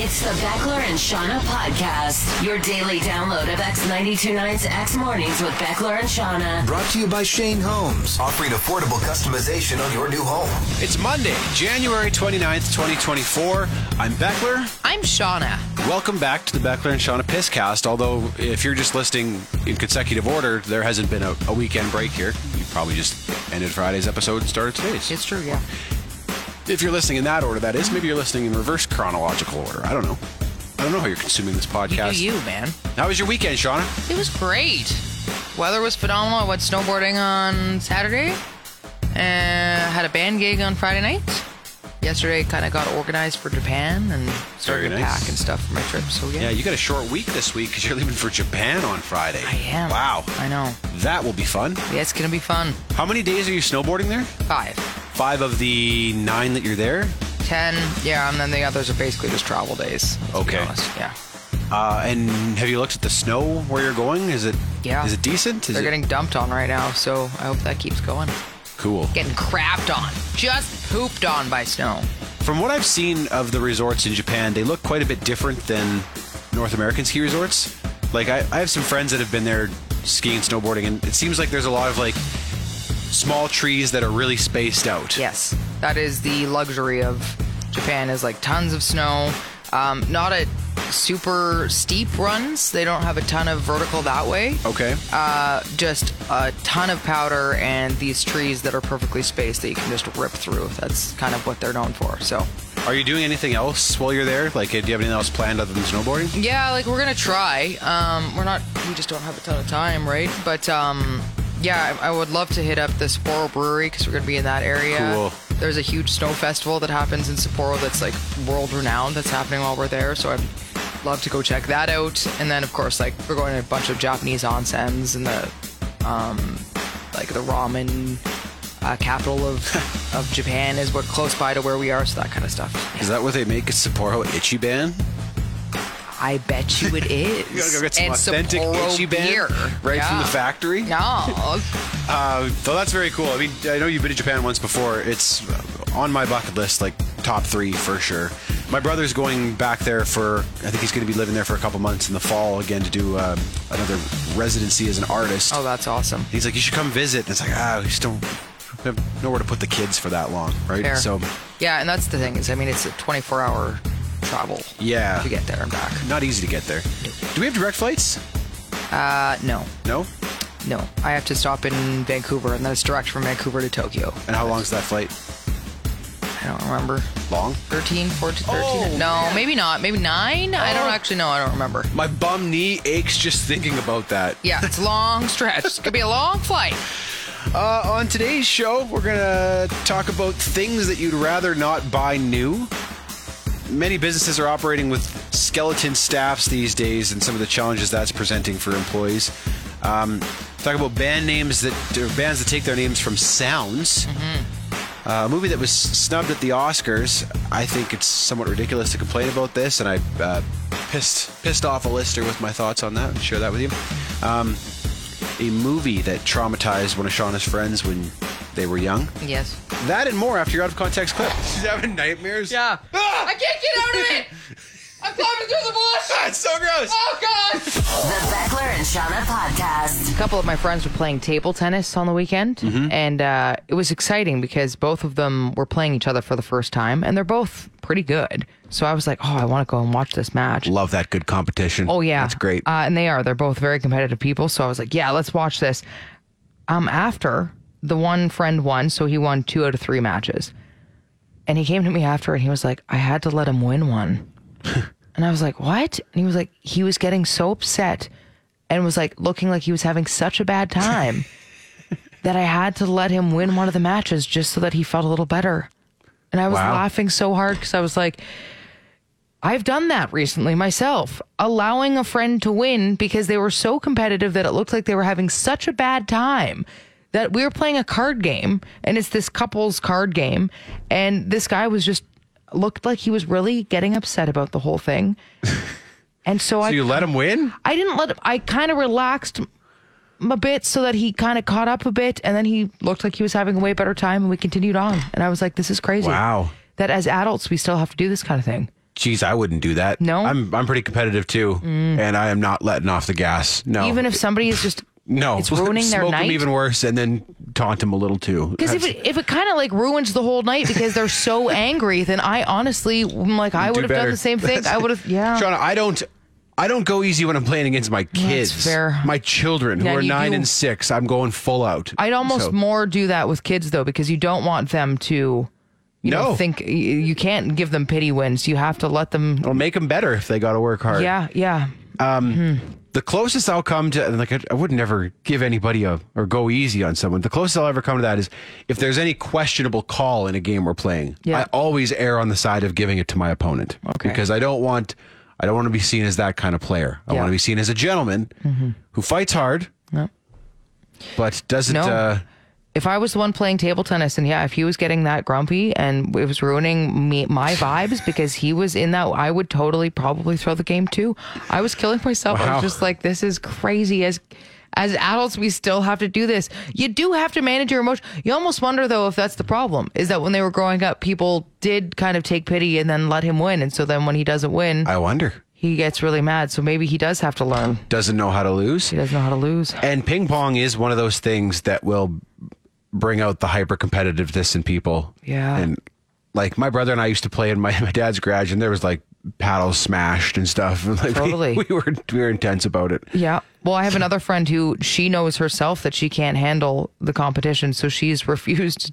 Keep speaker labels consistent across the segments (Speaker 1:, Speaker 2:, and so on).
Speaker 1: It's the Beckler and Shauna podcast, your daily download of X929's X Mornings with Beckler and Shauna.
Speaker 2: Brought to you by Shane Holmes, offering affordable customization on your new home.
Speaker 3: It's Monday, January 29th, 2024. I'm Beckler.
Speaker 4: I'm Shauna.
Speaker 3: Welcome back to the Beckler and Shauna Pisscast. Although, if you're just listening in consecutive order, there hasn't been a, a weekend break here. You probably just ended Friday's episode and started today's.
Speaker 4: It's true, yeah.
Speaker 3: If you're listening in that order, that is. Maybe you're listening in reverse chronological order. I don't know. I don't know how you're consuming this
Speaker 4: You
Speaker 3: podcast.
Speaker 4: do you, man.
Speaker 3: How was your weekend, Shauna?
Speaker 4: It was great. Weather was phenomenal. I went snowboarding on Saturday. Uh, had a band gig on Friday night. Yesterday, kind of got organized for Japan and started
Speaker 3: Very
Speaker 4: to
Speaker 3: nice.
Speaker 4: pack and stuff for my trip. So yeah,
Speaker 3: Yeah, you got a short week this week because you're leaving for Japan on Friday.
Speaker 4: I am.
Speaker 3: Wow.
Speaker 4: I know.
Speaker 3: That will be fun.
Speaker 4: Yeah, it's gonna be fun.
Speaker 3: How many days are you snowboarding there?
Speaker 4: Five,
Speaker 3: Five of the nine that you're there?
Speaker 4: ten, yeah, and then the others are basically just travel days. to be
Speaker 3: Okay.
Speaker 4: honest. Yeah.
Speaker 3: Uh, and have you looked at the snow where you're going? Is it
Speaker 4: Yeah.
Speaker 3: Is it decent? Is
Speaker 4: They're
Speaker 3: it
Speaker 4: getting dumped on right now, so I hope that keeps going.
Speaker 3: cool?
Speaker 4: Getting crapped on, just pooped on by snow.
Speaker 3: From what I've seen of the resorts in Japan, they look quite a bit different than North American ski resorts. Like I, I have some friends that have been there skiing and snowboarding, and it seems like there's a lot of like small trees that are really spaced out.
Speaker 4: Yes, that is the luxury of Japan is like tons of snow. Um, not a super steep runs. They don't have a ton of vertical that way.
Speaker 3: Okay.
Speaker 4: Uh, just a ton of powder and these trees that are perfectly spaced that you can just rip through. That's kind of what they're known for. So
Speaker 3: Are you doing anything else while you're there? Like, do you have anything else planned other than snowboarding?
Speaker 4: yeah, like we're gonna try. Um, we're not. We just don't have a ton of time, right? But um, yeah, I, I would love to hit up the Sapporo Brewery because we're gonna be in that area.
Speaker 3: Cool.
Speaker 4: There's a huge snow festival that happens in Sapporo that's like world renowned. That's happening while we're there, so I'd love to go check that out. And then of course, like we're going to a bunch of Japanese onsens and the um, like the ramen. Uh, capital of of Japan is what close by to where we are, so that kind of stuff.
Speaker 3: Is that what they make at Sapporo Ichiban?
Speaker 4: I bet you it is.
Speaker 3: You gotta go get some
Speaker 4: And
Speaker 3: authentic
Speaker 4: Sapporo
Speaker 3: Ichiban
Speaker 4: beer.
Speaker 3: right from
Speaker 4: Yeah. Oh,
Speaker 3: the factory.
Speaker 4: No,
Speaker 3: Uh, so that's very cool. I mean, I know you've been to Japan once before. It's on my bucket list, like top three for sure. My brother's going back there for, I think he's going to be living there for a couple months in the fall again to do uh, another residency as an artist.
Speaker 4: oh, that's awesome.
Speaker 3: He's like, you should come visit. And it's like, ah, we just don't we have nowhere to put the kids for that long, right?
Speaker 4: Fair.
Speaker 3: So,
Speaker 4: yeah, and that's the thing is, I mean, it's a 24-hour travel.
Speaker 3: Yeah.
Speaker 4: to get there and back.
Speaker 3: not easy to get there. Do we have direct flights?
Speaker 4: Uh, no,
Speaker 3: No?
Speaker 4: no, I have to stop in Vancouver, and then it's direct from Vancouver to Tokyo.
Speaker 3: And how long is that flight?
Speaker 4: I don't remember.
Speaker 3: Long?
Speaker 4: 13, 14, 13.
Speaker 3: Oh,
Speaker 4: no, maybe not. Maybe nine. I don't actually know. I don't remember.
Speaker 3: My bum knee aches just thinking about that.
Speaker 4: Yeah, it's a long stretch. It's gonna be a long flight.
Speaker 3: Uh, on today's show, we're going to talk about things that you'd rather not buy new. Many businesses are operating with skeleton staffs these days and some of the challenges that's presenting for employees. Um, talk about band names that, or bands that take their names from sounds. Uh, a movie that was snubbed at the Oscars. I think it's somewhat ridiculous to complain about this, and I uh, pissed pissed off a listener with my thoughts on that. I'll share that with you. Um, a movie that traumatized one of Shauna's friends when they were young.
Speaker 4: Yes.
Speaker 3: That and more after your out of context clip. She's having nightmares.
Speaker 4: Yeah. I can't get out of it. I'm climbing through the bush.
Speaker 3: That's so gross.
Speaker 4: Oh God.
Speaker 1: The Beckler and Shauna podcast.
Speaker 4: A couple of my friends were playing table tennis on the weekend, and uh, it was exciting because both of them were playing each other for the first time, and they're both pretty good. So I was like, oh, I want to go and watch this match.
Speaker 3: Love that good competition.
Speaker 4: Oh yeah,
Speaker 3: that's great.
Speaker 4: Uh, and they are. They're both very competitive people. So I was like, yeah, let's watch this. Um, after the one friend won, so he won two out of three matches, and he came to me after and he was like, I had to let him win one, and I was like, what? And he was like, he was getting so upset, and was like looking like he was having such a bad time. That I had to let him win one of the matches just so that he felt a little better. And I was
Speaker 3: Wow.
Speaker 4: laughing so hard because I was like, I've done that recently myself, allowing a friend to win because they were so competitive that it looked like they were having such a bad time that we were playing a card game and it's this couple's card game. And this guy was just looked like he was really getting upset about the whole thing. And so, I
Speaker 3: so you let him win?
Speaker 4: I didn't let him, I kind of relaxed him a bit so that he kind of caught up a bit and then he looked like he was having a way better time and we continued on. And I was like, this is crazy.
Speaker 3: Wow.
Speaker 4: That as adults, we still have to do this kind of thing.
Speaker 3: geez, I wouldn't do that.
Speaker 4: No? Mm.
Speaker 3: I'm I'm pretty competitive too, and I am not letting off the gas. No,
Speaker 4: Even if somebody is just
Speaker 3: Oh. no,
Speaker 4: it's ruining their
Speaker 3: Smoke 'em
Speaker 4: night.
Speaker 3: even worse, and then taunt them a little too.
Speaker 4: Because if it, if it kind of like ruins the whole night because they're so angry, then I honestly, am like, I would have done
Speaker 3: better.
Speaker 4: the same thing. I would have, yeah.
Speaker 3: Shauna, I don't. I don't go easy when I'm playing against my kids,
Speaker 4: fair.
Speaker 3: my children
Speaker 4: Yeah,
Speaker 3: who are
Speaker 4: you
Speaker 3: nine
Speaker 4: do-
Speaker 3: and six. I'm going full out.
Speaker 4: I'd almost
Speaker 3: So-
Speaker 4: more do that with kids though, because you don't want them to, you
Speaker 3: No.
Speaker 4: know, think y- you can't give them pity wins. You have to let them.
Speaker 3: It'll make them better if they got to work hard.
Speaker 4: Yeah, yeah.
Speaker 3: The closest I'll come to, and like, I, I would never give anybody a or go easy on someone. The closest I'll ever come to that is if there's any questionable call in a game we're playing.
Speaker 4: Yeah.
Speaker 3: I always err on the side of giving it to my opponent
Speaker 4: Okay.
Speaker 3: because I don't want, I don't want to be seen as that kind of player. I
Speaker 4: Yeah. Mm-hmm.
Speaker 3: want to be seen as a gentleman who fights hard, but doesn't.
Speaker 4: No.
Speaker 3: Uh,
Speaker 4: If I was the one playing table tennis, and yeah, if he was getting that grumpy and it was ruining me my vibes because he was in that, I would totally probably throw the game too. I was killing myself. I
Speaker 3: Wow.
Speaker 4: was just like, this is crazy. As as adults, we still have to do this. You do have to manage your emotion. You almost wonder though if that's the problem is that when they were growing up, people did kind of take pity and then let him win, and so then when he doesn't win,
Speaker 3: I wonder.
Speaker 4: he gets really mad. So maybe he does have to learn.
Speaker 3: Doesn't know how to lose.
Speaker 4: He doesn't know how to lose.
Speaker 3: And ping pong is one of those things that will bring out the hyper competitiveness in people.
Speaker 4: Yeah.
Speaker 3: And like my brother and I used to play in my, my dad's garage and there was like paddles smashed and stuff. And like we-
Speaker 4: Totally.
Speaker 3: we, were we were intense about it.
Speaker 4: Yeah. Well, I have another friend who she knows herself that she can't handle the competition, so she's refused to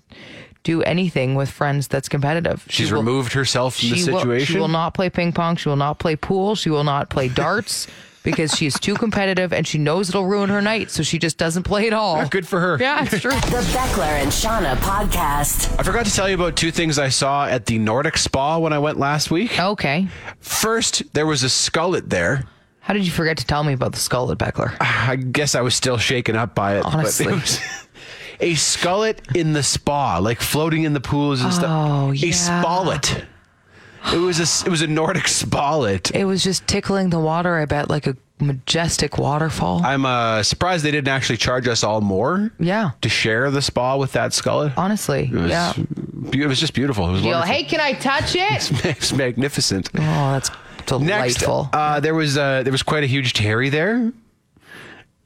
Speaker 4: do anything with friends that's competitive. She
Speaker 3: She's
Speaker 4: will-
Speaker 3: removed herself from the
Speaker 4: she will-
Speaker 3: situation.
Speaker 4: she will not play ping pong. She will not play pool. She will not play darts because she is too competitive and she knows it'll ruin her night, so she just doesn't play at all.
Speaker 3: Ah, good for her.
Speaker 4: Yeah, it's true.
Speaker 1: The Beckler and Shauna podcast.
Speaker 3: I forgot to tell you about two things I saw at the Nordic Spa when I went last week.
Speaker 4: okay.
Speaker 3: First, there was a skullet there.
Speaker 4: How did you forget to tell me about the skull at Beckler?
Speaker 3: I guess I was still shaken up by it. but it
Speaker 4: Honestly.
Speaker 3: was- a skullet in the spa, like floating in the pools and stuff.
Speaker 4: Oh,
Speaker 3: A
Speaker 4: yeah.
Speaker 3: spallet. It was a it was a Nordic spallet.
Speaker 4: It was just tickling the water, I bet, like a majestic waterfall.
Speaker 3: I'm uh, surprised they didn't actually charge us all more.
Speaker 4: Yeah.
Speaker 3: To share the spa with that skullet.
Speaker 4: Honestly.
Speaker 3: It was,
Speaker 4: yeah.
Speaker 3: be- it was just beautiful. It was
Speaker 4: You'll,
Speaker 3: wonderful.
Speaker 4: hey, can I touch it?
Speaker 3: It was magnificent.
Speaker 4: Oh, that's
Speaker 3: Next,
Speaker 4: delightful.
Speaker 3: uh, there was uh, there was quite a huge Terry there.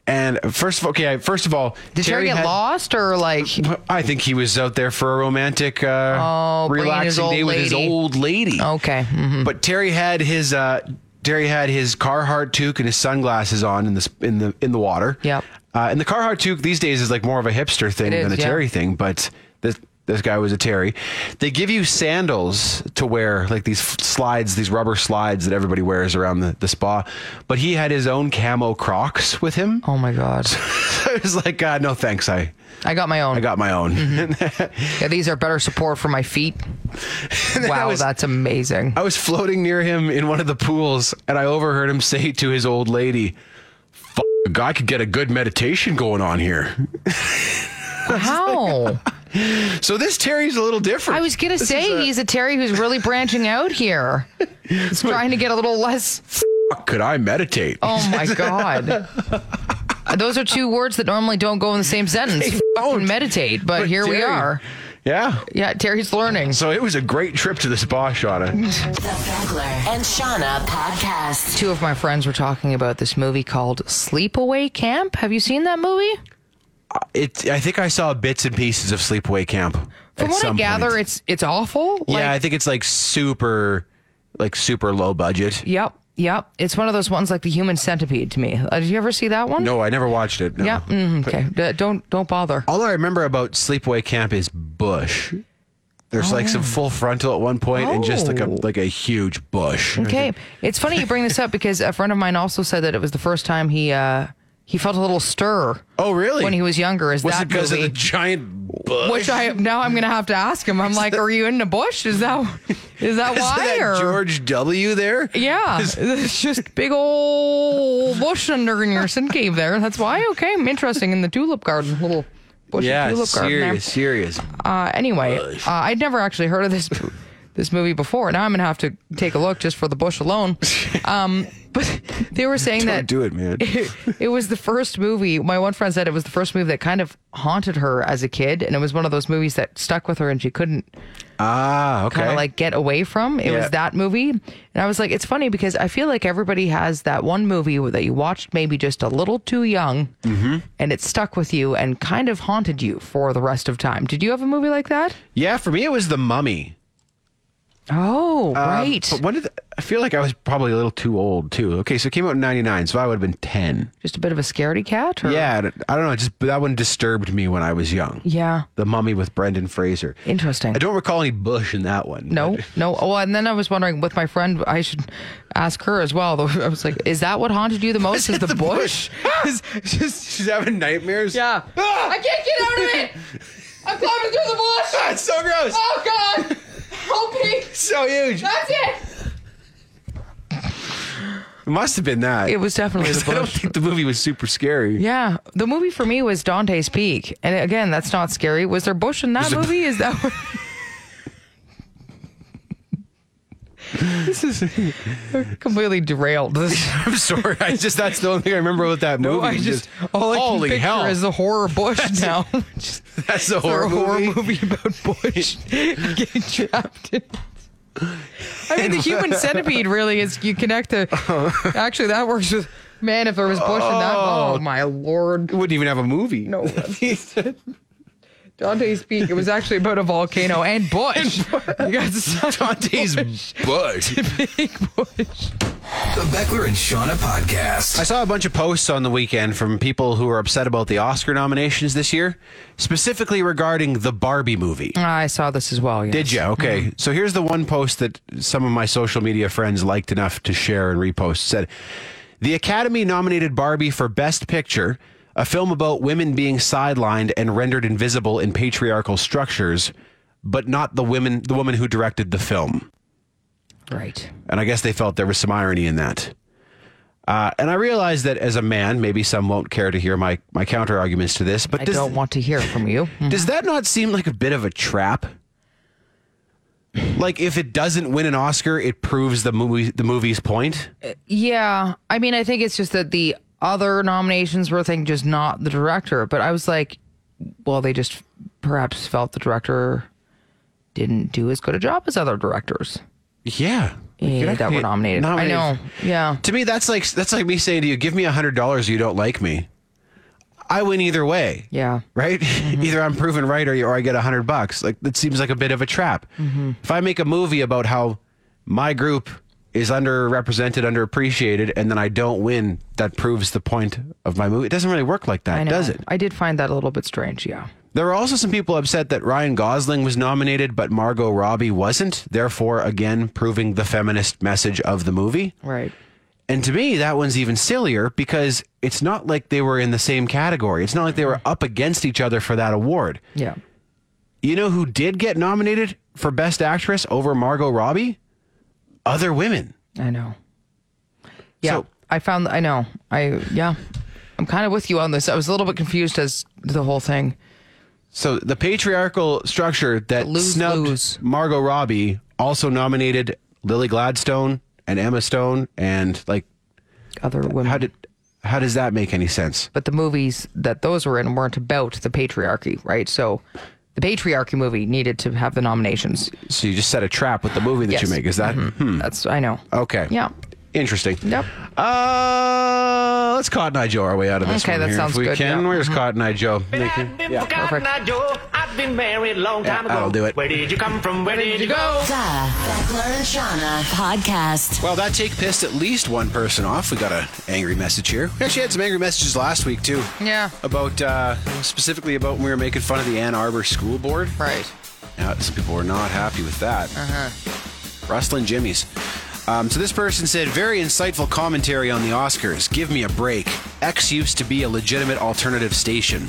Speaker 3: And first of all, okay, first of all,
Speaker 4: Did Terry, get
Speaker 3: had-
Speaker 4: lost or like?
Speaker 3: Well, I think he was out there for a romantic, uh,
Speaker 4: Oh, bringing his
Speaker 3: relaxing
Speaker 4: old
Speaker 3: day with his
Speaker 4: lady.
Speaker 3: old lady.
Speaker 4: Okay. mhm.
Speaker 3: But Terry had his uh, Terry had his Carhartt toque and his sunglasses on in the sp- in the in the water.
Speaker 4: Yep.
Speaker 3: Uh, and the Carhartt toque these days is like more of a hipster thing
Speaker 4: It
Speaker 3: than
Speaker 4: is,
Speaker 3: a
Speaker 4: yeah.
Speaker 3: Terry thing. But this this guy was a Terry. They give you sandals to wear, like these f- slides, these rubber slides that everybody wears around the, the spa. But he had his own camo Crocs with him.
Speaker 4: Oh my God.
Speaker 3: So I was like, uh, no thanks, I
Speaker 4: I got my own.
Speaker 3: I got my own.
Speaker 4: Mm-hmm. yeah, these are better support for my feet. wow,
Speaker 3: was-
Speaker 4: that's amazing.
Speaker 3: I was floating near him in one of the pools, and I overheard him say to his old lady, "F- a guy could get a good meditation going on here."
Speaker 4: How?
Speaker 3: So this Terry's a little different.
Speaker 4: I was gonna say he's a Terry who's really branching out here. He's trying to get a little less.
Speaker 3: F- could I meditate?
Speaker 4: Oh my God. Those are two words that normally don't go in the same sentence. F-
Speaker 3: don't.
Speaker 4: Meditate, but, here we
Speaker 3: Terry-
Speaker 4: are.
Speaker 3: Yeah.
Speaker 4: Yeah, Terry's learning.
Speaker 3: So it was a great trip to the spa, Shauna.
Speaker 1: The Beckler and Shauna podcast.
Speaker 4: Two of my friends were talking about this movie called Sleepaway Camp. Have you seen that movie?
Speaker 3: It. I think I saw bits and pieces of Sleepaway Camp.
Speaker 4: From what I gather, it's it's awful. Like,
Speaker 3: yeah, I think it's like super, like super low budget.
Speaker 4: Yep. Yep. It's one of those ones like the Human Centipede to me. Uh, did you ever see that one?
Speaker 3: No, I never watched it. no.
Speaker 4: Yeah. mhm, okay. D- don't don't bother.
Speaker 3: All I remember about Sleepaway Camp is bush. There's like some full frontal at one point and just like a
Speaker 4: Oh.
Speaker 3: like a huge bush.
Speaker 4: Okay. It's funny you bring this up because a friend of mine also said that it was the first time he uh he felt a little stir.
Speaker 3: Oh, really?
Speaker 4: When he was younger, is
Speaker 3: Was
Speaker 4: that
Speaker 3: it because of
Speaker 4: movie?
Speaker 3: the giant bush?
Speaker 4: which I now I'm gonna have to ask him. I'm like, are you in the bush? Is that is that
Speaker 3: is
Speaker 4: why?
Speaker 3: that
Speaker 4: or?
Speaker 3: George W. There?
Speaker 4: Yeah, it's just big old bush under in your sin cave there. That's why. Okay, I'm interesting in the tulip garden, little bush
Speaker 3: Yeah,
Speaker 4: tulip garden
Speaker 3: serious,
Speaker 4: there.
Speaker 3: serious.
Speaker 4: Uh, anyway, uh, I'd never actually heard of this this movie before. Now I'm gonna have to take a look just for the bush alone. Um, but they were saying
Speaker 3: Don't
Speaker 4: that
Speaker 3: do it, man.
Speaker 4: it, it was the first movie. My one friend said it was the first movie that kind of haunted her as a kid, and it was one of those movies that stuck with her, and she couldn't
Speaker 3: Ah, okay.
Speaker 4: kind of like get away from. It
Speaker 3: Yeah.
Speaker 4: was that movie. And I was like, it's funny because I feel like everybody has that one movie that you watched maybe just a little too young and it stuck with you and kind of haunted you for the rest of time. Did you have a movie like that?
Speaker 3: yeah. For me, it was the Mummy.
Speaker 4: Oh,
Speaker 3: Um,
Speaker 4: right.
Speaker 3: But when did I feel like I was probably a little too old too? Okay, so it came out in '99, so I would have been ten.
Speaker 4: just a bit of a scaredy cat? Or?
Speaker 3: Yeah, I don't- I don't know. Just that one disturbed me when I was young.
Speaker 4: Yeah.
Speaker 3: The Mummy with Brendan Fraser.
Speaker 4: Interesting.
Speaker 3: I don't recall any Bush in that one.
Speaker 4: No, no. Oh, and then I was wondering with my friend, I should ask her as well. Though I was like, is that what haunted you the most? Is the, bush?
Speaker 3: She's- she's, she's having nightmares.
Speaker 4: Yeah.
Speaker 3: Ah!
Speaker 4: I can't get out of it. I'm climbing through the bush.
Speaker 3: Ah, it's so gross.
Speaker 4: Oh God! Help me!
Speaker 3: So huge.
Speaker 4: That's it.
Speaker 3: It must have been that.
Speaker 4: It was definitely the
Speaker 3: I don't
Speaker 4: bush.
Speaker 3: think the movie was super scary.
Speaker 4: Yeah, the movie for me was Dante's Peak, and again, that's not scary. Was there bush in that
Speaker 3: there-
Speaker 4: movie? Is that? What... this is completely derailed. This.
Speaker 3: I'm sorry. I just that's the only thing I remember about that movie.
Speaker 4: No, I
Speaker 3: was
Speaker 4: just, all I
Speaker 3: holy
Speaker 4: can picture
Speaker 3: hell
Speaker 4: is the horror bush now. Just
Speaker 3: that's a
Speaker 4: horror,
Speaker 3: horror movie.
Speaker 4: horror movie about bush getting trapped in. I mean, the human centipede really is. You connect the. Actually, that works with. Man, if there was bush in that, oh my lord!
Speaker 3: It wouldn't even have a movie.
Speaker 4: No, Dante's Peak. It was actually about a volcano and bush. you got the sound of
Speaker 3: Dante's butt.
Speaker 4: big bush.
Speaker 2: The Beckler and Shauna podcast.
Speaker 3: I saw a bunch of posts on the weekend from people who are upset about the Oscar nominations this year, specifically regarding the Barbie movie.
Speaker 4: I saw this as well. Yes.
Speaker 3: Did you? Okay. So here's the one post that some of my social media friends liked enough to share and repost. It said, "The Academy nominated Barbie for Best Picture, a film about women being sidelined and rendered invisible in patriarchal structures, but not the women the woman who directed the film."
Speaker 4: Right.
Speaker 3: And I guess they felt there was some irony in that. Uh, and I realize that as a man, maybe some won't care to hear my, my counter arguments to this, but
Speaker 4: I
Speaker 3: does,
Speaker 4: don't want to hear from you.
Speaker 3: does that not seem like a bit of a trap? Like if it doesn't win an Oscar, it proves the movie the movie's point.
Speaker 4: Yeah, I mean, I think it's just that the other nominations were thing just not the director. But I was like, well, they just perhaps felt the director didn't do as good a job as other directors
Speaker 3: Yeah, You
Speaker 4: eh,
Speaker 3: could
Speaker 4: that
Speaker 3: actually
Speaker 4: were nominated. I
Speaker 3: nominate-
Speaker 4: know. Yeah,
Speaker 3: To me, that's like that's like me saying to you, "Give me a hundred dollars, you don't like me." I win either way.
Speaker 4: yeah.
Speaker 3: right?
Speaker 4: Mm-hmm.
Speaker 3: Either I'm proven right or, or I get a hundred bucks. Like that seems like a bit of a trap.
Speaker 4: Mm-hmm.
Speaker 3: If I make a movie about how my group is underrepresented, underappreciated, and then I don't win, that proves the point of my movie. It doesn't really work like
Speaker 4: I
Speaker 3: that,
Speaker 4: know.
Speaker 3: does it?
Speaker 4: I did find that a little bit strange. Yeah.
Speaker 3: There were also some people upset that Ryan Gosling was nominated, but Margot Robbie wasn't, therefore, again, proving the feminist message of the movie.
Speaker 4: Right.
Speaker 3: And to me, that one's even sillier because it's not like they were in the same category. It's not like they were
Speaker 4: Mm-hmm.
Speaker 3: up against each other for that award.
Speaker 4: Yeah.
Speaker 3: You know who did get nominated for Best Actress over Margot Robbie? Other women.
Speaker 4: I know. Yeah.
Speaker 3: So-
Speaker 4: I found. I know. I yeah. I'm kind of with you on this. I was a little bit confused as to the whole thing.
Speaker 3: So the patriarchal structure that
Speaker 4: Lose,
Speaker 3: snubbed
Speaker 4: lose.
Speaker 3: Margot Robbie also nominated Lily Gladstone and Emma Stone and like
Speaker 4: Other women.
Speaker 3: how did how does that make any sense?
Speaker 4: but the movies that those were in weren't about the patriarchy, right? So the patriarchy movie needed to have the nominations.
Speaker 3: So you just set a trap with the movie that you
Speaker 4: Yes. Mm-hmm.
Speaker 3: make. Is that Hmm. Oh.
Speaker 4: That's I know.
Speaker 3: okay?
Speaker 4: Yeah.
Speaker 3: Interesting.
Speaker 4: Yep.
Speaker 3: Uh, let's Cotton Eye Joe our way out of this
Speaker 4: Okay,
Speaker 3: one
Speaker 4: that
Speaker 3: here
Speaker 4: sounds
Speaker 3: if we
Speaker 4: good,
Speaker 3: can.
Speaker 4: yeah. Mm-hmm.
Speaker 3: Where's Cotton Eye Joe? Thank you.
Speaker 5: I've been forgotten, I do. I've been married a long time
Speaker 3: Yeah,
Speaker 5: ago.
Speaker 3: that'll do it.
Speaker 5: Where did you come from? Where did you go?
Speaker 1: The Beckler and Shauna podcast.
Speaker 3: Well, that take pissed at least one person off. We got an angry message here. We actually had some angry messages last week too.
Speaker 4: Yeah.
Speaker 3: About uh, specifically about when we were making fun of the Ann Arbor School Board.
Speaker 4: Right.
Speaker 3: Now, some people were not happy with that. Uh-huh. Rustling Jimmy's. Um, so this person said, very insightful commentary on the Oscars. Give me a break. X used to be a legitimate alternative station.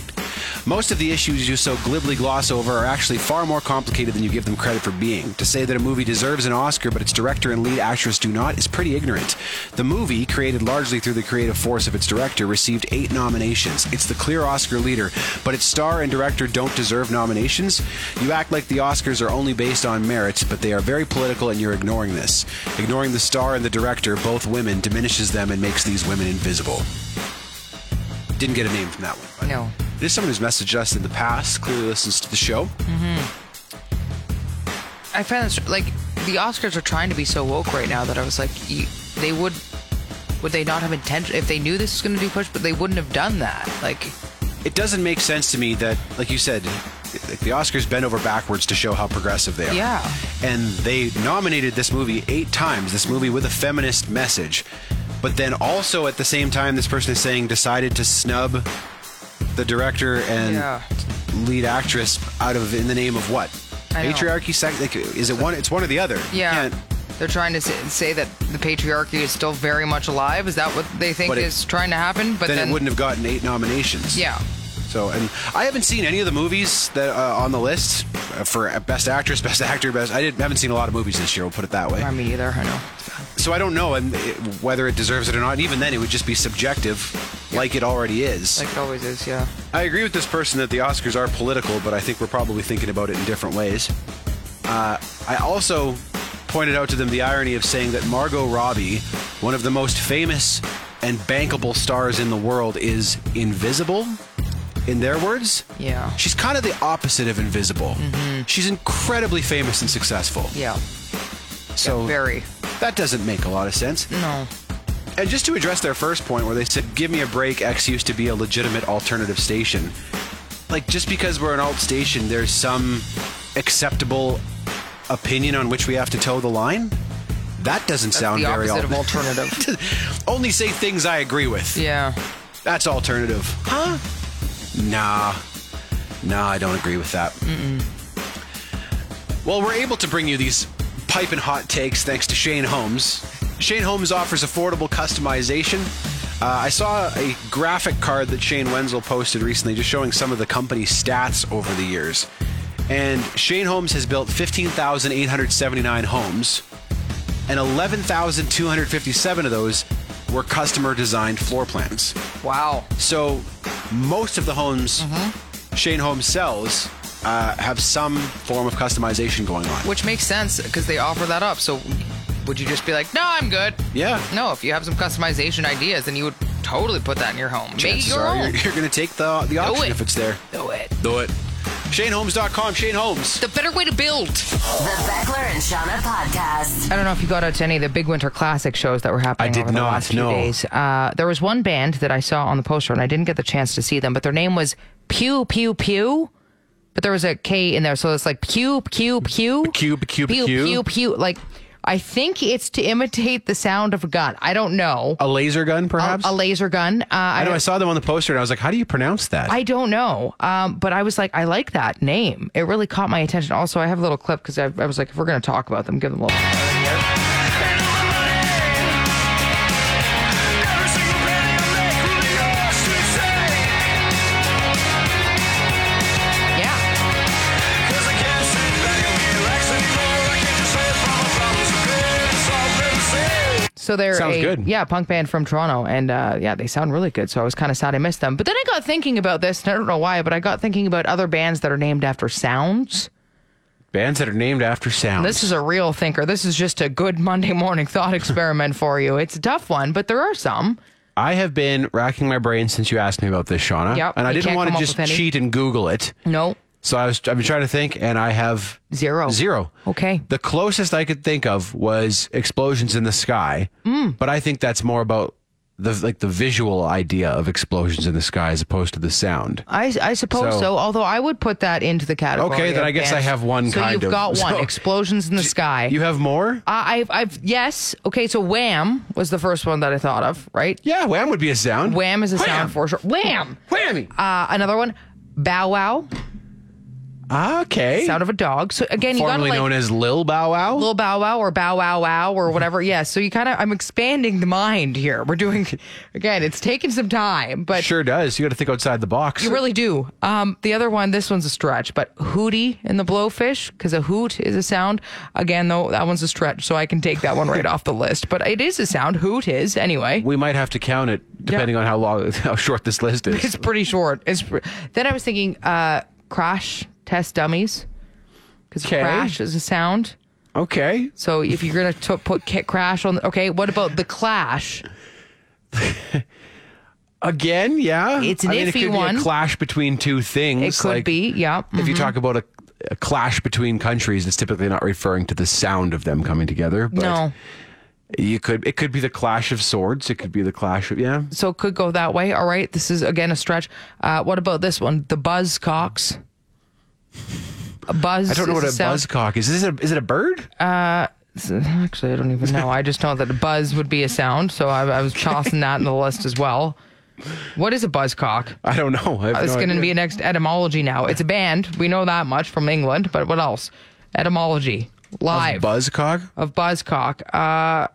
Speaker 3: Most of the issues you so glibly gloss over are actually far more complicated than you give them credit for being. To say that a movie deserves an Oscar but its director and lead actress do not is pretty ignorant. The movie, created largely through the creative force of its director, received eight nominations. It's the clear Oscar leader, but its star and director don't deserve nominations? You act like the Oscars are only based on merit, but they are very political and you're ignoring this. Ignoring the star and the director, both women, diminishes them and makes these women invisible. Didn't get a name from that one. but
Speaker 4: No.
Speaker 3: It is someone who's messaged us in the past, clearly listens to the show.
Speaker 4: I find this like the Oscars are trying to be so woke right now that I was like, you, they would would they not have intention if they knew this was going to do push, but they wouldn't have done that. Like,
Speaker 3: It doesn't make sense to me that, like you said, like the Oscars bent over backwards to show how progressive they are.
Speaker 4: Yeah.
Speaker 3: And they nominated this movie eight times, this movie with a feminist message. But then also at the same time, this person is saying decided to snub the director and
Speaker 4: Yeah.
Speaker 3: lead actress out of in the name of what?
Speaker 4: I know.
Speaker 3: Patriarchy? Sec- like, is it one? It's one or the other. You
Speaker 4: yeah,
Speaker 3: can't-
Speaker 4: they're trying to say, say that the patriarchy is still very much alive. Is that what they think
Speaker 3: But it-
Speaker 4: is trying to happen? But
Speaker 3: then,
Speaker 4: then,
Speaker 3: it wouldn't have gotten eight nominations.
Speaker 4: Yeah.
Speaker 3: So, and I haven't seen any of the movies that uh, on the list uh, for best actress, best actor, best. I didn't, haven't seen a lot of movies this year. We'll put it that way.
Speaker 4: I mean, either I know.
Speaker 3: so I don't know and it, whether it deserves it or not. And even then, it would just be subjective, like it already is.
Speaker 4: Like it always is. Yeah.
Speaker 3: I agree with this person that the Oscars are political, but I think we're probably thinking about it in different ways. Uh, I also pointed out to them the irony of saying that Margot Robbie, one of the most famous and bankable stars in the world, is invisible. In their words,
Speaker 4: Yeah. Mm-hmm.
Speaker 3: she's kind of the opposite of invisible. She's incredibly famous and successful.
Speaker 4: Yeah.
Speaker 3: so
Speaker 4: Very.
Speaker 3: that doesn't make a lot of sense.
Speaker 4: No.
Speaker 3: And just to address their first point where they said, give me a break, X used to be a legitimate alternative station. Like, just because we're an alt station, there's some acceptable opinion on which we have to toe the line? That doesn't sound
Speaker 4: the
Speaker 3: very
Speaker 4: opposite of
Speaker 3: alt-
Speaker 4: alternative.
Speaker 3: Only say things I agree with.
Speaker 4: Yeah.
Speaker 3: That's alternative. Huh? Nah. Nah, I don't agree with that. Well, we're able to bring you these piping hot takes thanks to Shane Holmes. Shane Holmes offers affordable customization. Uh, I saw a graphic card that Shane Wenzel posted recently just showing some of the company's stats over the years. And Shane Holmes has built 15,879 homes and 11,257 of those were customer designed floor plans.
Speaker 4: Wow.
Speaker 3: So most of the homes
Speaker 4: Mm-hmm.
Speaker 3: Shane Holmes sells uh, have some form of customization going on.
Speaker 4: Which makes sense because they offer that up. So would you just be like, no, I'm good?
Speaker 3: Yeah.
Speaker 4: No, if you have some customization ideas, then you would totally put that in your home. Make it
Speaker 3: Chances
Speaker 4: your
Speaker 3: are
Speaker 4: own.
Speaker 3: You're, you're going to take the, the option
Speaker 4: it.
Speaker 3: if it's there.
Speaker 4: Do it.
Speaker 3: Do it. ShaneHolmes.com, Shane Holmes.
Speaker 4: The better way to build.
Speaker 1: The Beckler and Shauna podcast.
Speaker 4: I don't know if you got out to any of the big winter classic shows that were happening
Speaker 3: I did
Speaker 4: over the
Speaker 3: not,
Speaker 4: last few
Speaker 3: no.
Speaker 4: days. Uh, there was one band that I saw on the poster, and I didn't get the chance to see them, but their name was Pew Pew Pew. But there was a K in there, so it's like Pew Pew Pew
Speaker 3: Cube, cube,
Speaker 4: Pew
Speaker 3: cube.
Speaker 4: Pew Pew. Like I think it's to imitate the sound of a gun. I don't know.
Speaker 3: A laser gun,
Speaker 4: A,
Speaker 3: perhaps?
Speaker 4: a laser gun. Uh,
Speaker 3: I
Speaker 4: I,
Speaker 3: know. I
Speaker 4: don't,
Speaker 3: saw them on the poster and I was like, how do you pronounce that?
Speaker 4: I don't know. Um, but I was like, I like that name. It really caught my attention. Also, I have a little clip because I, I was like, if we're going to talk about them, give them a little. Yeah. So they're
Speaker 3: Sounds
Speaker 4: a,
Speaker 3: good.
Speaker 4: yeah, punk band from Toronto, and uh, yeah, they sound really good. So I was kind of sad I missed them. But then I got thinking about this, and I don't know why, but I got thinking about other bands that are named after sounds.
Speaker 3: Bands that are named after sounds.
Speaker 4: This is a real thinker. This is just a good Monday morning thought experiment for you. It's a tough one, but there are some.
Speaker 3: I have been racking my brain since you asked me about this, Shauna.
Speaker 4: Yep,
Speaker 3: and I
Speaker 4: you
Speaker 3: didn't
Speaker 4: can't
Speaker 3: want
Speaker 4: come
Speaker 3: to
Speaker 4: up
Speaker 3: just
Speaker 4: with any.
Speaker 3: cheat and Google it.
Speaker 4: No,
Speaker 3: So I was I've been trying to think, and I have
Speaker 4: Zero.
Speaker 3: Zero.
Speaker 4: Okay.
Speaker 3: The closest I could think of was explosions in the sky,
Speaker 4: Mm.
Speaker 3: but I think that's more about the like the visual idea of explosions in the sky as opposed to the sound.
Speaker 4: I, I suppose so.
Speaker 3: So-
Speaker 4: Although I would put that into the category.
Speaker 3: Okay, then
Speaker 4: of
Speaker 3: I guess I
Speaker 4: bands.
Speaker 3: have one
Speaker 4: So
Speaker 3: kind
Speaker 4: you've
Speaker 3: of-
Speaker 4: got one.
Speaker 3: so-
Speaker 4: Explosions in the sky.
Speaker 3: You have more?
Speaker 4: I, I've, I've yes. Okay, so Wham was the first one that I thought of. Right.
Speaker 3: yeah, wham would be a sound.
Speaker 4: Wham is a sound for sure. Wham.
Speaker 3: Whammy.
Speaker 4: Uh, another one, Bow Wow,
Speaker 3: okay.
Speaker 4: Uh, sound of a dog. So again, you gotta
Speaker 3: Formerly
Speaker 4: like
Speaker 3: known as Lil Bow Wow.
Speaker 4: little Bow Wow or Bow Wow Wow or whatever. yeah. So you kind of, I'm expanding the mind here. We're doing, again, it's taking some time, but
Speaker 3: sure does. You got to think outside the box.
Speaker 4: you really do. Um, the other one, this one's a stretch, but Hootie and the Blowfish, because a hoot is a sound. Again, though, that one's a stretch, so I can take that one right off the list. But it is a sound. Hoot is anyway.
Speaker 3: we might have to count it depending on how long how short this list is.
Speaker 4: It's pretty short. It's pr- then I was thinking, uh, crash test dummies, because
Speaker 3: Okay.
Speaker 4: crash is a sound.
Speaker 3: okay.
Speaker 4: So if you're gonna t- put Kit Crash on, okay, what about the Clash?
Speaker 3: Again, yeah.
Speaker 4: It's an
Speaker 3: I mean, it
Speaker 4: iffy
Speaker 3: could be
Speaker 4: one.
Speaker 3: a clash between two things.
Speaker 4: It could
Speaker 3: like,
Speaker 4: be, yeah. Mm-hmm.
Speaker 3: If you talk about a a clash between countries, it's typically not referring to the sound of them coming together. But
Speaker 4: no.
Speaker 3: you could it could be the clash of swords. It could be the clash of yeah.
Speaker 4: So it could go that way. All right. This is again a stretch. Uh, what about this one? The buzzcocks. A buzz.
Speaker 3: I don't know
Speaker 4: is
Speaker 3: what a
Speaker 4: sound-
Speaker 3: buzzcock is. Is it a, is it a bird?
Speaker 4: Actually, I don't even know. I just know that a buzz would be a sound, so I, I was tossing that in the list as well. What is a buzzcock?
Speaker 3: I don't know. I have
Speaker 4: It's
Speaker 3: no
Speaker 4: going to
Speaker 3: idea.
Speaker 4: be an next etymology now. It's a band. We know that much from England, but what else? Etymology. Live.
Speaker 3: buzzcock.
Speaker 4: Of buzzcock. Uh,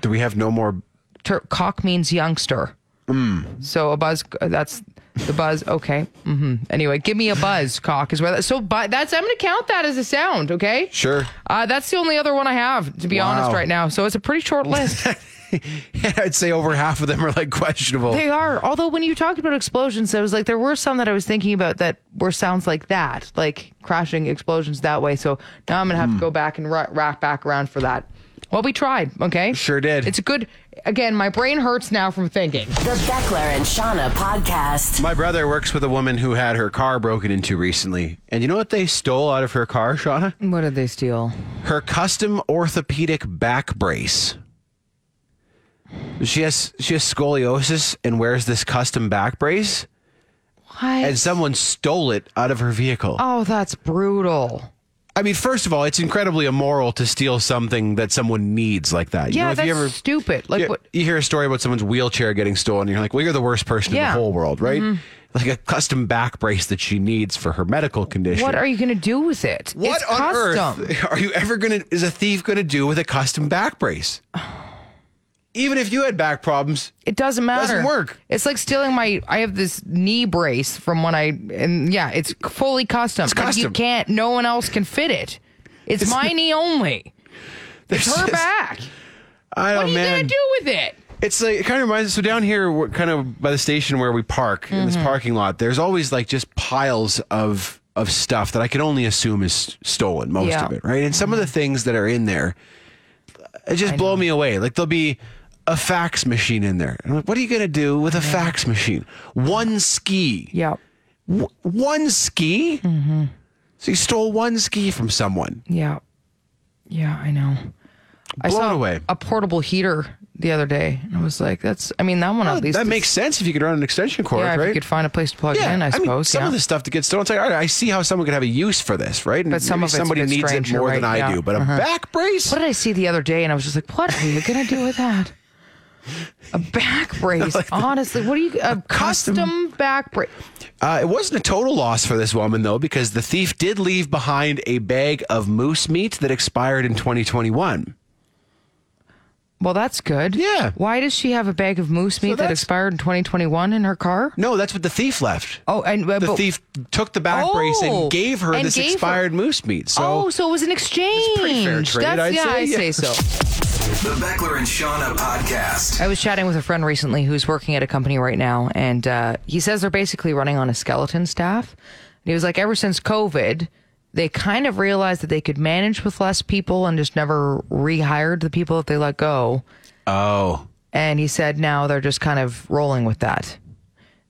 Speaker 3: Do we have no more?
Speaker 4: ter- cock means youngster.
Speaker 3: Hmm.
Speaker 4: So a buzz, that's the buzz. Okay. hmm Anyway, give me a buzz, cock is where that. So bu- that's, I'm going to count that as a sound. Okay.
Speaker 3: Sure.
Speaker 4: Uh, that's the only other one I have, to be
Speaker 3: Wow.
Speaker 4: honest, right now. So it's a pretty short list.
Speaker 3: I'd say over half of them are like questionable.
Speaker 4: they are. Although when you talked about explosions, I was like, there were some that I was thinking about that were sounds like that, like crashing explosions that way. So now I'm going to
Speaker 3: Hmm.
Speaker 4: have to go back and ra- rack back around for that. Well, we tried. Okay.
Speaker 3: Sure did.
Speaker 4: It's a good, again, my brain hurts now from thinking.
Speaker 1: The Beckler and Shauna Podcast.
Speaker 3: My brother works with a woman who had her car broken into recently. And you know what they stole out of her car, Shauna?
Speaker 4: What did they steal?
Speaker 3: Her custom orthopedic back brace. She has she has scoliosis and wears this custom back brace, and someone stole it out of her vehicle.
Speaker 4: Oh, that's brutal.
Speaker 3: I mean, first of all, it's incredibly immoral to steal something that someone needs like that. You
Speaker 4: Yeah,
Speaker 3: know, if
Speaker 4: that's
Speaker 3: you ever
Speaker 4: stupid. Like
Speaker 3: you,
Speaker 4: what?
Speaker 3: you hear a story about someone's wheelchair getting stolen, and you're like, well, you're the worst person
Speaker 4: Yeah. Mm-hmm.
Speaker 3: in the whole world, right? Like a custom back brace that she needs for her medical condition.
Speaker 4: What are you going to do with it?
Speaker 3: What
Speaker 4: it's
Speaker 3: on
Speaker 4: custom.
Speaker 3: earth are you ever gonna? Is a thief gonna do with a custom back brace? Even if you had back problems,
Speaker 4: It doesn't matter.
Speaker 3: Doesn't work.
Speaker 4: It's like stealing my. I have this knee brace from when I and yeah, it's fully custom.
Speaker 3: It's
Speaker 4: But you
Speaker 3: custom.
Speaker 4: can't. No one else can fit it. It's, my knee only.
Speaker 3: there's
Speaker 4: Her
Speaker 3: just-
Speaker 4: back.
Speaker 3: I don't,
Speaker 4: What are you
Speaker 3: man.
Speaker 4: going to do with it?
Speaker 3: It's like it kind of reminds us. So down here, we're kind of by the station where we park in
Speaker 4: Mm-hmm.
Speaker 3: this parking lot, there's always like just piles of of stuff that I can only assume is stolen. Most
Speaker 4: Yeah. Mm-hmm.
Speaker 3: of it, right? And some of the things that are in there, it just blow me away. Like there'll be a fax machine in there. And I'm like, what are you gonna do with a fax machine? One ski.
Speaker 4: Yep.
Speaker 3: W- one ski. So you stole one ski from someone.
Speaker 4: Yeah. Yeah, I know. I
Speaker 3: Blown
Speaker 4: saw
Speaker 3: away.
Speaker 4: a portable heater the other day, and I was like, "That's." I mean, that one at least
Speaker 3: Oh, that
Speaker 4: is-
Speaker 3: makes sense if you could run an extension cord,
Speaker 4: Yeah, if
Speaker 3: right?
Speaker 4: you could find a place to plug it in, I, suppose.
Speaker 3: mean, some
Speaker 4: yeah.
Speaker 3: of the stuff that gets stolen, it's like, all right, I see how someone could have a use for this, right? And
Speaker 4: But some
Speaker 3: maybe
Speaker 4: of it's a
Speaker 3: somebody
Speaker 4: bit
Speaker 3: needs
Speaker 4: strange,
Speaker 3: it
Speaker 4: you're
Speaker 3: more
Speaker 4: right,
Speaker 3: than I
Speaker 4: yeah. Uh-huh.
Speaker 3: do. But a back brace,
Speaker 4: What did I see the other day? And I was just like, what are you going to do with that? A back brace. Honestly, what are you, a custom,
Speaker 3: custom-
Speaker 4: back brace?
Speaker 3: uh, it wasn't a total loss for this woman though, because the thief did leave behind a bag of moose meat that expired in 2021.
Speaker 4: Well, that's good.
Speaker 3: Yeah.
Speaker 4: Why does she have a bag of moose meat that
Speaker 3: that's-
Speaker 4: expired in 2021 in her car?
Speaker 3: No, that's what the thief left.
Speaker 4: Oh, and uh,
Speaker 3: the
Speaker 4: but-
Speaker 3: thief took the back brace
Speaker 4: Oh,
Speaker 3: and gave her
Speaker 4: and
Speaker 3: this
Speaker 4: gave her-
Speaker 3: expired moose meat. So
Speaker 4: oh, so it was an exchange.
Speaker 3: pretty fair trade,
Speaker 4: That's,
Speaker 3: I'd
Speaker 4: yeah,
Speaker 3: say,
Speaker 4: I
Speaker 3: yeah.
Speaker 4: say so.
Speaker 2: The Beckler and Shauna podcast.
Speaker 4: I was chatting with a friend recently who's working at a company right now, and uh, he says they're basically running on a skeleton staff. And he was like, ever since COVID, they kind of realized that they could manage with less people and just never rehired the people that they let go.
Speaker 3: oh,
Speaker 4: And he said now they're just kind of rolling with that.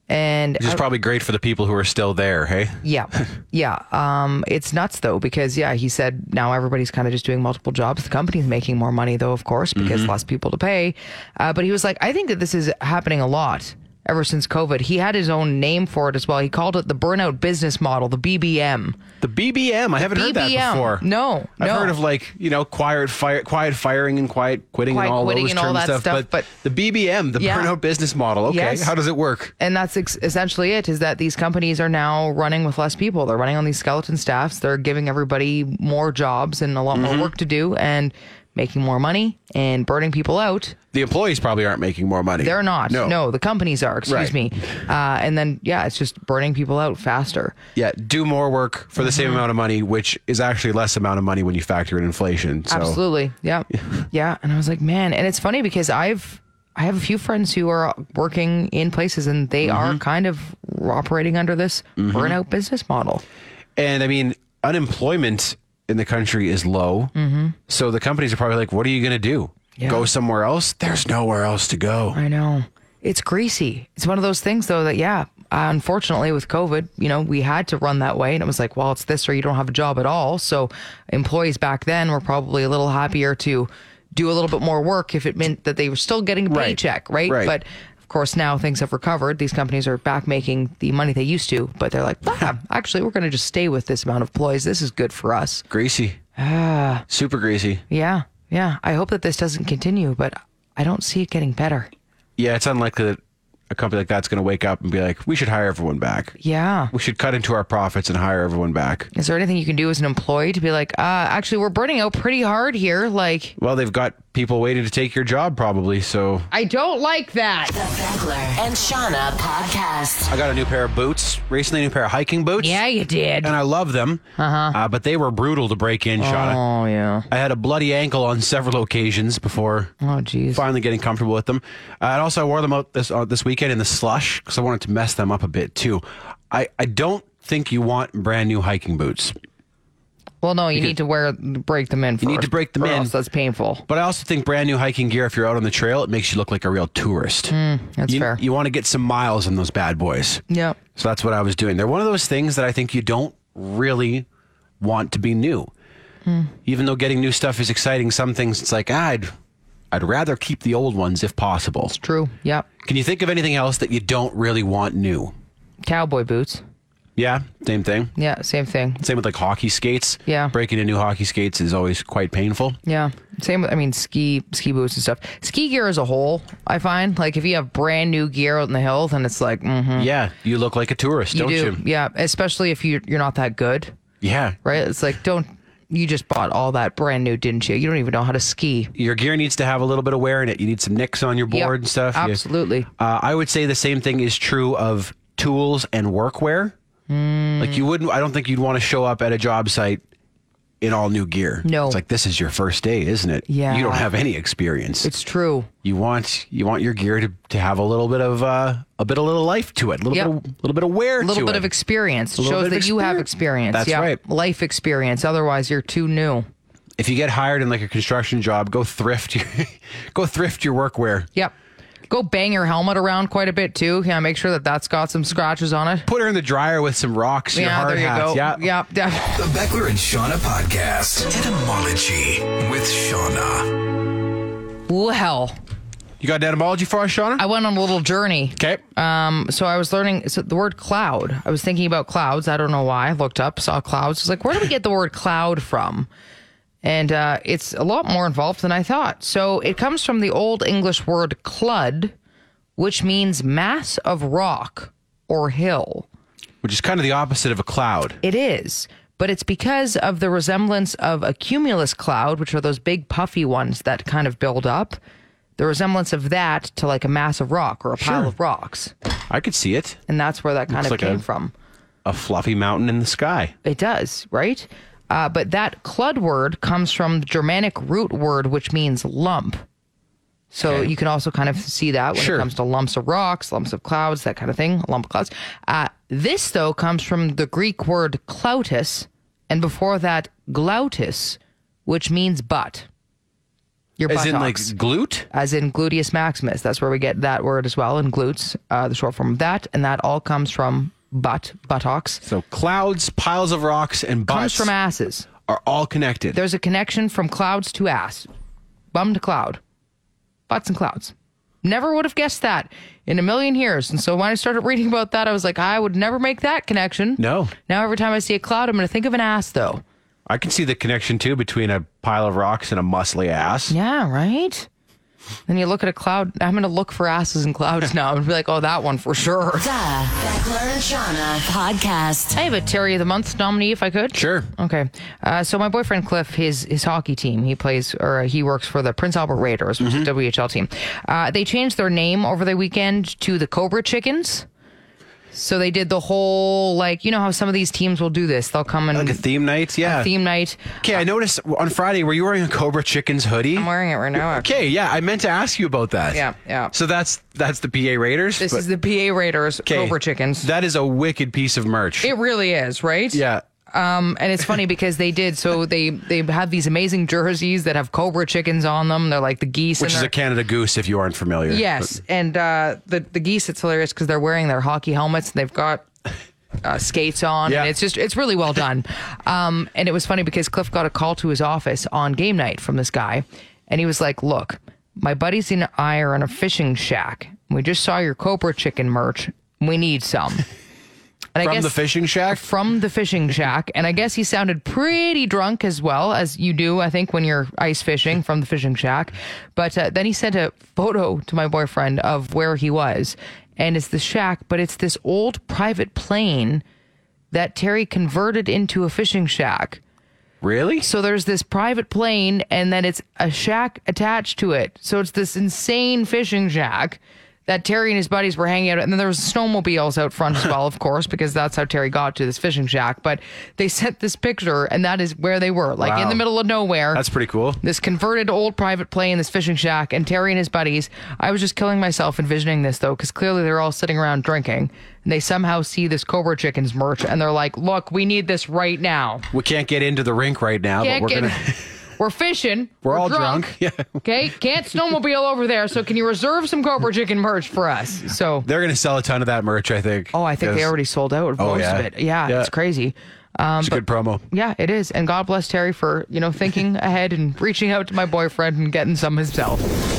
Speaker 4: And
Speaker 3: this is probably great for the people who are still there. Hey,
Speaker 4: yeah. Yeah. Um, it's nuts though, because yeah, he said now everybody's kind of just doing multiple jobs. The company's making more money though, of course, because less people to pay. Uh, but he was like, I think that this is happening a lot ever since COVID. He had his own name for it as well. He called it the burnout business model, the BBM.
Speaker 3: the BBM. I haven't heard that
Speaker 4: BBM.
Speaker 3: before.
Speaker 4: No,
Speaker 3: I've
Speaker 4: no.
Speaker 3: heard of like you know quiet fire, quiet firing and quiet quitting
Speaker 4: Quiet
Speaker 3: and all
Speaker 4: quitting
Speaker 3: those
Speaker 4: and
Speaker 3: terms
Speaker 4: all that
Speaker 3: stuff,
Speaker 4: stuff,
Speaker 3: but, the BBM, the
Speaker 4: Yeah.
Speaker 3: burnout business model. Okay,
Speaker 4: Yes.
Speaker 3: how does it work?
Speaker 4: and that's ex- essentially it is that these companies are now running with less people they're running on these skeleton staffs they're giving everybody more jobs and a lot more work to do and making more money and burning people out
Speaker 3: The employees probably aren't making more money.
Speaker 4: they're not
Speaker 3: No,
Speaker 4: no, the companies are excuse
Speaker 3: Right.
Speaker 4: me uh, and then yeah it's just burning people out faster
Speaker 3: Yeah, do more work for the
Speaker 4: Mm-hmm.
Speaker 3: same amount of money, which is actually less amount of money when you factor in inflation. So
Speaker 4: Absolutely. Yeah. yeah. And I was like, man, and it's funny because I've I have a few friends who are working in places and they
Speaker 3: Mm-hmm.
Speaker 4: are kind of operating under this burnout business model.
Speaker 3: And I mean, unemployment in the country is low. Mm-hmm. So the companies are probably like, what are you going to do?
Speaker 4: Yeah.
Speaker 3: Go somewhere else? There's nowhere else to go.
Speaker 4: I know. It's greasy. It's one of those things though that yeah, uh, unfortunately, with COVID, you know, we had to run that way. And it was like, well, it's this or you don't have a job at all. So employees back then were probably a little happier to do a little bit more work if it meant that they were still getting a
Speaker 3: Right.
Speaker 4: paycheck, right?
Speaker 3: Right.
Speaker 4: But of course, now things have recovered. These companies are back making the money they used to, but they're like, "Ah, actually, we're going to just stay with this amount of employees. This is good for us.
Speaker 3: Greasy.
Speaker 4: Ah.
Speaker 3: Super greasy.
Speaker 4: Yeah. Yeah. I hope that this doesn't continue, but I don't see it getting better.
Speaker 3: Yeah, it's unlikely that a company like that's going to wake up and be like, we should hire everyone back.
Speaker 4: Yeah.
Speaker 3: We should cut into our profits and hire everyone back.
Speaker 4: Is there anything you can do as an employee to be like, uh, actually, we're burning out pretty hard here? Like,
Speaker 3: Well, they've got people waiting to take your job probably. So
Speaker 4: I don't like that.
Speaker 1: The Beckler and Shauna podcast.
Speaker 3: I got a new pair of boots recently, a new pair of hiking boots.
Speaker 4: Yeah, you did.
Speaker 3: And I love them. Uh-huh. but they were brutal to break in, Shauna.
Speaker 4: Oh, yeah.
Speaker 3: I had a bloody ankle on several occasions before
Speaker 4: Oh, jeez.
Speaker 3: finally getting comfortable with them. Uh, and also, I wore them out this uh, this weekend in the slush because I wanted to mess them up a bit too. I, I don't think you want brand new hiking boots,
Speaker 4: Well, no, you need to wear, break them in first.
Speaker 3: need to break them
Speaker 4: or
Speaker 3: in.
Speaker 4: Else that's painful.
Speaker 3: but I also think brand new hiking gear, if you're out on the trail, it makes you look like a real tourist.
Speaker 4: That's
Speaker 3: you,
Speaker 4: Hmm, fair.
Speaker 3: You want to get some miles on those bad boys.
Speaker 4: yeah.
Speaker 3: So that's what I was doing. They're one of those things that I think you don't really want to be new.
Speaker 4: Hmm.
Speaker 3: Even though getting new stuff is exciting, some things it's like "Ah, I'd I'd rather keep the old ones if possible.
Speaker 4: True. Yep.
Speaker 3: Can you think of anything else that you don't really want new?
Speaker 4: Cowboy boots.
Speaker 3: Yeah, same thing.
Speaker 4: Yeah. Same thing.
Speaker 3: Same with like hockey skates.
Speaker 4: Yeah.
Speaker 3: Breaking into new hockey skates is always quite painful.
Speaker 4: Yeah. Same. with- I mean, ski ski boots and stuff. Ski gear as a whole, I find like if you have brand new gear out in the hill, then it's like, mm,
Speaker 3: Yeah, you look like a tourist,
Speaker 4: you
Speaker 3: don't
Speaker 4: do.
Speaker 3: you?
Speaker 4: Yeah. Especially if you you're not that good,
Speaker 3: Yeah.
Speaker 4: right? It's like don't. You just bought all that brand new, didn't you? You don't even know how to ski.
Speaker 3: Your gear needs to have a little bit of wear in it. You need some nicks on your board
Speaker 4: Yep,
Speaker 3: and stuff. You-
Speaker 4: Absolutely.
Speaker 3: Uh, I would say the same thing is true of tools and workwear.
Speaker 4: Hmm.
Speaker 3: Like you wouldn't, I don't think you'd want to show up at a job site in all new gear.
Speaker 4: No.
Speaker 3: it's like this is your first day, isn't it?
Speaker 4: Yeah.
Speaker 3: you don't have any experience.
Speaker 4: It's true.
Speaker 3: you want you want your gear to, to have a little bit of uh, a bit a little life to it, a little
Speaker 4: Yep.
Speaker 3: bit of, little bit of wear,
Speaker 4: A little
Speaker 3: to
Speaker 4: bit
Speaker 3: it.
Speaker 4: of experience
Speaker 3: little
Speaker 4: shows
Speaker 3: bit of
Speaker 4: that you have
Speaker 3: exper-
Speaker 4: experience.
Speaker 3: That's
Speaker 4: yeah.
Speaker 3: right.
Speaker 4: Life experience. Otherwise, you're too new.
Speaker 3: If you get hired in like a construction job, go thrift your go thrift your workwear.
Speaker 4: Yep. Go bang your helmet around quite a bit too. Yeah, make sure that that's got some scratches on it.
Speaker 3: Put her in the dryer with some rocks. your
Speaker 4: yeah,
Speaker 3: hard
Speaker 4: there you
Speaker 3: hats.
Speaker 4: go.
Speaker 3: Yeah,
Speaker 4: Yep. def-
Speaker 2: The Beckler and Shauna podcast. Etymology with Shauna.
Speaker 4: Well,
Speaker 3: You got an etymology for us, Shauna?
Speaker 4: I went on a little journey.
Speaker 3: okay.
Speaker 4: Um, so I was learning so the word cloud. I was thinking about clouds. I don't know why. I looked up, saw clouds. I was like, where do we get the word cloud from? And uh, it's a lot more involved than I thought. So it comes from the Old English word clud, which means mass of rock or hill.
Speaker 3: Which is kind of the opposite of a cloud.
Speaker 4: It is, but it's because of the resemblance of a cumulus cloud, which are those big puffy ones that kind of build up. The resemblance of that to like a mass of rock or a pile
Speaker 3: Sure.
Speaker 4: of rocks,
Speaker 3: I could see it.
Speaker 4: and that's where that kind
Speaker 3: Looks
Speaker 4: of
Speaker 3: like
Speaker 4: came
Speaker 3: a-
Speaker 4: from.
Speaker 3: A fluffy mountain in the sky.
Speaker 4: It does, right? Uh, but that clud word comes from the Germanic root word, which means lump. So
Speaker 3: Okay.
Speaker 4: you can also kind of see that when
Speaker 3: Sure.
Speaker 4: it comes to lumps of rocks, lumps of clouds, that kind of thing, lump of clouds. Uh, this, though, comes from the Greek word klautis, and before that, glautis, which means butt. Your
Speaker 3: As
Speaker 4: buttocks.
Speaker 3: in like glute?
Speaker 4: as in gluteus maximus. That's where we get that word as well, and glutes, uh, the short form of that. And that all comes from butt, buttocks.
Speaker 3: So clouds, piles of rocks, and
Speaker 4: Comes
Speaker 3: butts
Speaker 4: from asses.
Speaker 3: are all connected.
Speaker 4: There's a connection from clouds to ass, bum to cloud, butts and clouds. Never would have guessed that in a million years. And so when I started reading about that, I was like, I would never make that connection.
Speaker 3: No.
Speaker 4: Now every time I see a cloud, I'm going to think of an ass, though.
Speaker 3: I can see the connection too between a pile of rocks and a muscly ass.
Speaker 4: Yeah, right. Then you look at a cloud. I'm going to look for asses and clouds now. I'm going to be like, oh, that one for sure.
Speaker 1: The Beckler and Shauna podcast.
Speaker 4: I have a Terry of the Month nominee if I could.
Speaker 3: Sure.
Speaker 4: Okay. Uh, so my boyfriend Cliff, his his hockey team, he plays or he works for the Prince Albert Raiders,
Speaker 3: Mm-hmm.
Speaker 4: which is a WHL team. Uh, they changed their name over the weekend to the Cobra Chickens. So they did the whole like you know how some of these teams will do this. They'll come and
Speaker 3: Like a theme night? Yeah.
Speaker 4: theme night.
Speaker 3: Okay, I noticed on Friday, were you wearing a Cobra Chickens hoodie?
Speaker 4: I'm wearing it right now. actually.
Speaker 3: okay, yeah, I meant to ask you about that.
Speaker 4: Yeah, yeah.
Speaker 3: So that's that's the PA Raiders.
Speaker 4: This
Speaker 3: but-
Speaker 4: is the PA Raiders
Speaker 3: okay,
Speaker 4: Cobra Chickens.
Speaker 3: That is a wicked piece of merch.
Speaker 4: it really is, right?
Speaker 3: yeah.
Speaker 4: Um, and it's funny because they did. So they they have these amazing jerseys that have cobra chickens on them. They're like the geese.
Speaker 3: Which
Speaker 4: and
Speaker 3: is
Speaker 4: they're-
Speaker 3: a Canada goose, if you aren't familiar.
Speaker 4: Yes, and uh, the the geese. It's hilarious because they're wearing their hockey helmets. And they've got uh, skates on,
Speaker 3: Yeah.
Speaker 4: and it's just it's really well done. Um, and it was funny because Cliff got a call to his office on game night from this guy, and he was like, "Look, my buddies and I are in a fishing shack. We just saw your Cobra Chicken merch. We need some." And
Speaker 3: From the fishing shack?
Speaker 4: From the fishing shack. And I guess he sounded pretty drunk as well, as you do, I think, when you're ice fishing from the fishing shack. But uh, then he sent a photo to my boyfriend of where he was. And it's the shack, but it's this old private plane that Terry converted into a fishing shack.
Speaker 3: Really?
Speaker 4: So there's this private plane, and then it's a shack attached to it. So it's this insane fishing shack that Terry and his buddies were hanging out. at. And then there was snowmobiles out front as well, of course, because that's how Terry got to this fishing shack. But they sent this picture, and that is where they were, like in
Speaker 3: Wow.
Speaker 4: the middle of nowhere.
Speaker 3: That's pretty cool.
Speaker 4: this converted old private plane, this fishing shack, and Terry and his buddies. I was just killing myself envisioning this though, because clearly they're all sitting around drinking, and they somehow see this Cobra Chickens merch, and they're like, "Look, we need this right now."
Speaker 3: We can't get into the rink right now,
Speaker 4: can't
Speaker 3: but we're
Speaker 4: get-
Speaker 3: gonna.
Speaker 4: we're fishing.
Speaker 3: We're all
Speaker 4: Yeah.
Speaker 3: drunk. Yeah.
Speaker 4: Okay. Can't snowmobile over there. So can you reserve some Cobra Chicken merch for us? So.
Speaker 3: They're gonna sell a ton of that merch, I think.
Speaker 4: Oh, I think they
Speaker 3: 'cause
Speaker 4: already sold out of
Speaker 3: Oh,
Speaker 4: most
Speaker 3: yeah.
Speaker 4: of it. Yeah,
Speaker 3: Yeah.
Speaker 4: it's crazy. Um,
Speaker 3: It's a good promo.
Speaker 4: yeah, it is. And God bless Terry for you know thinking ahead and reaching out to my boyfriend and getting some himself.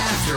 Speaker 2: After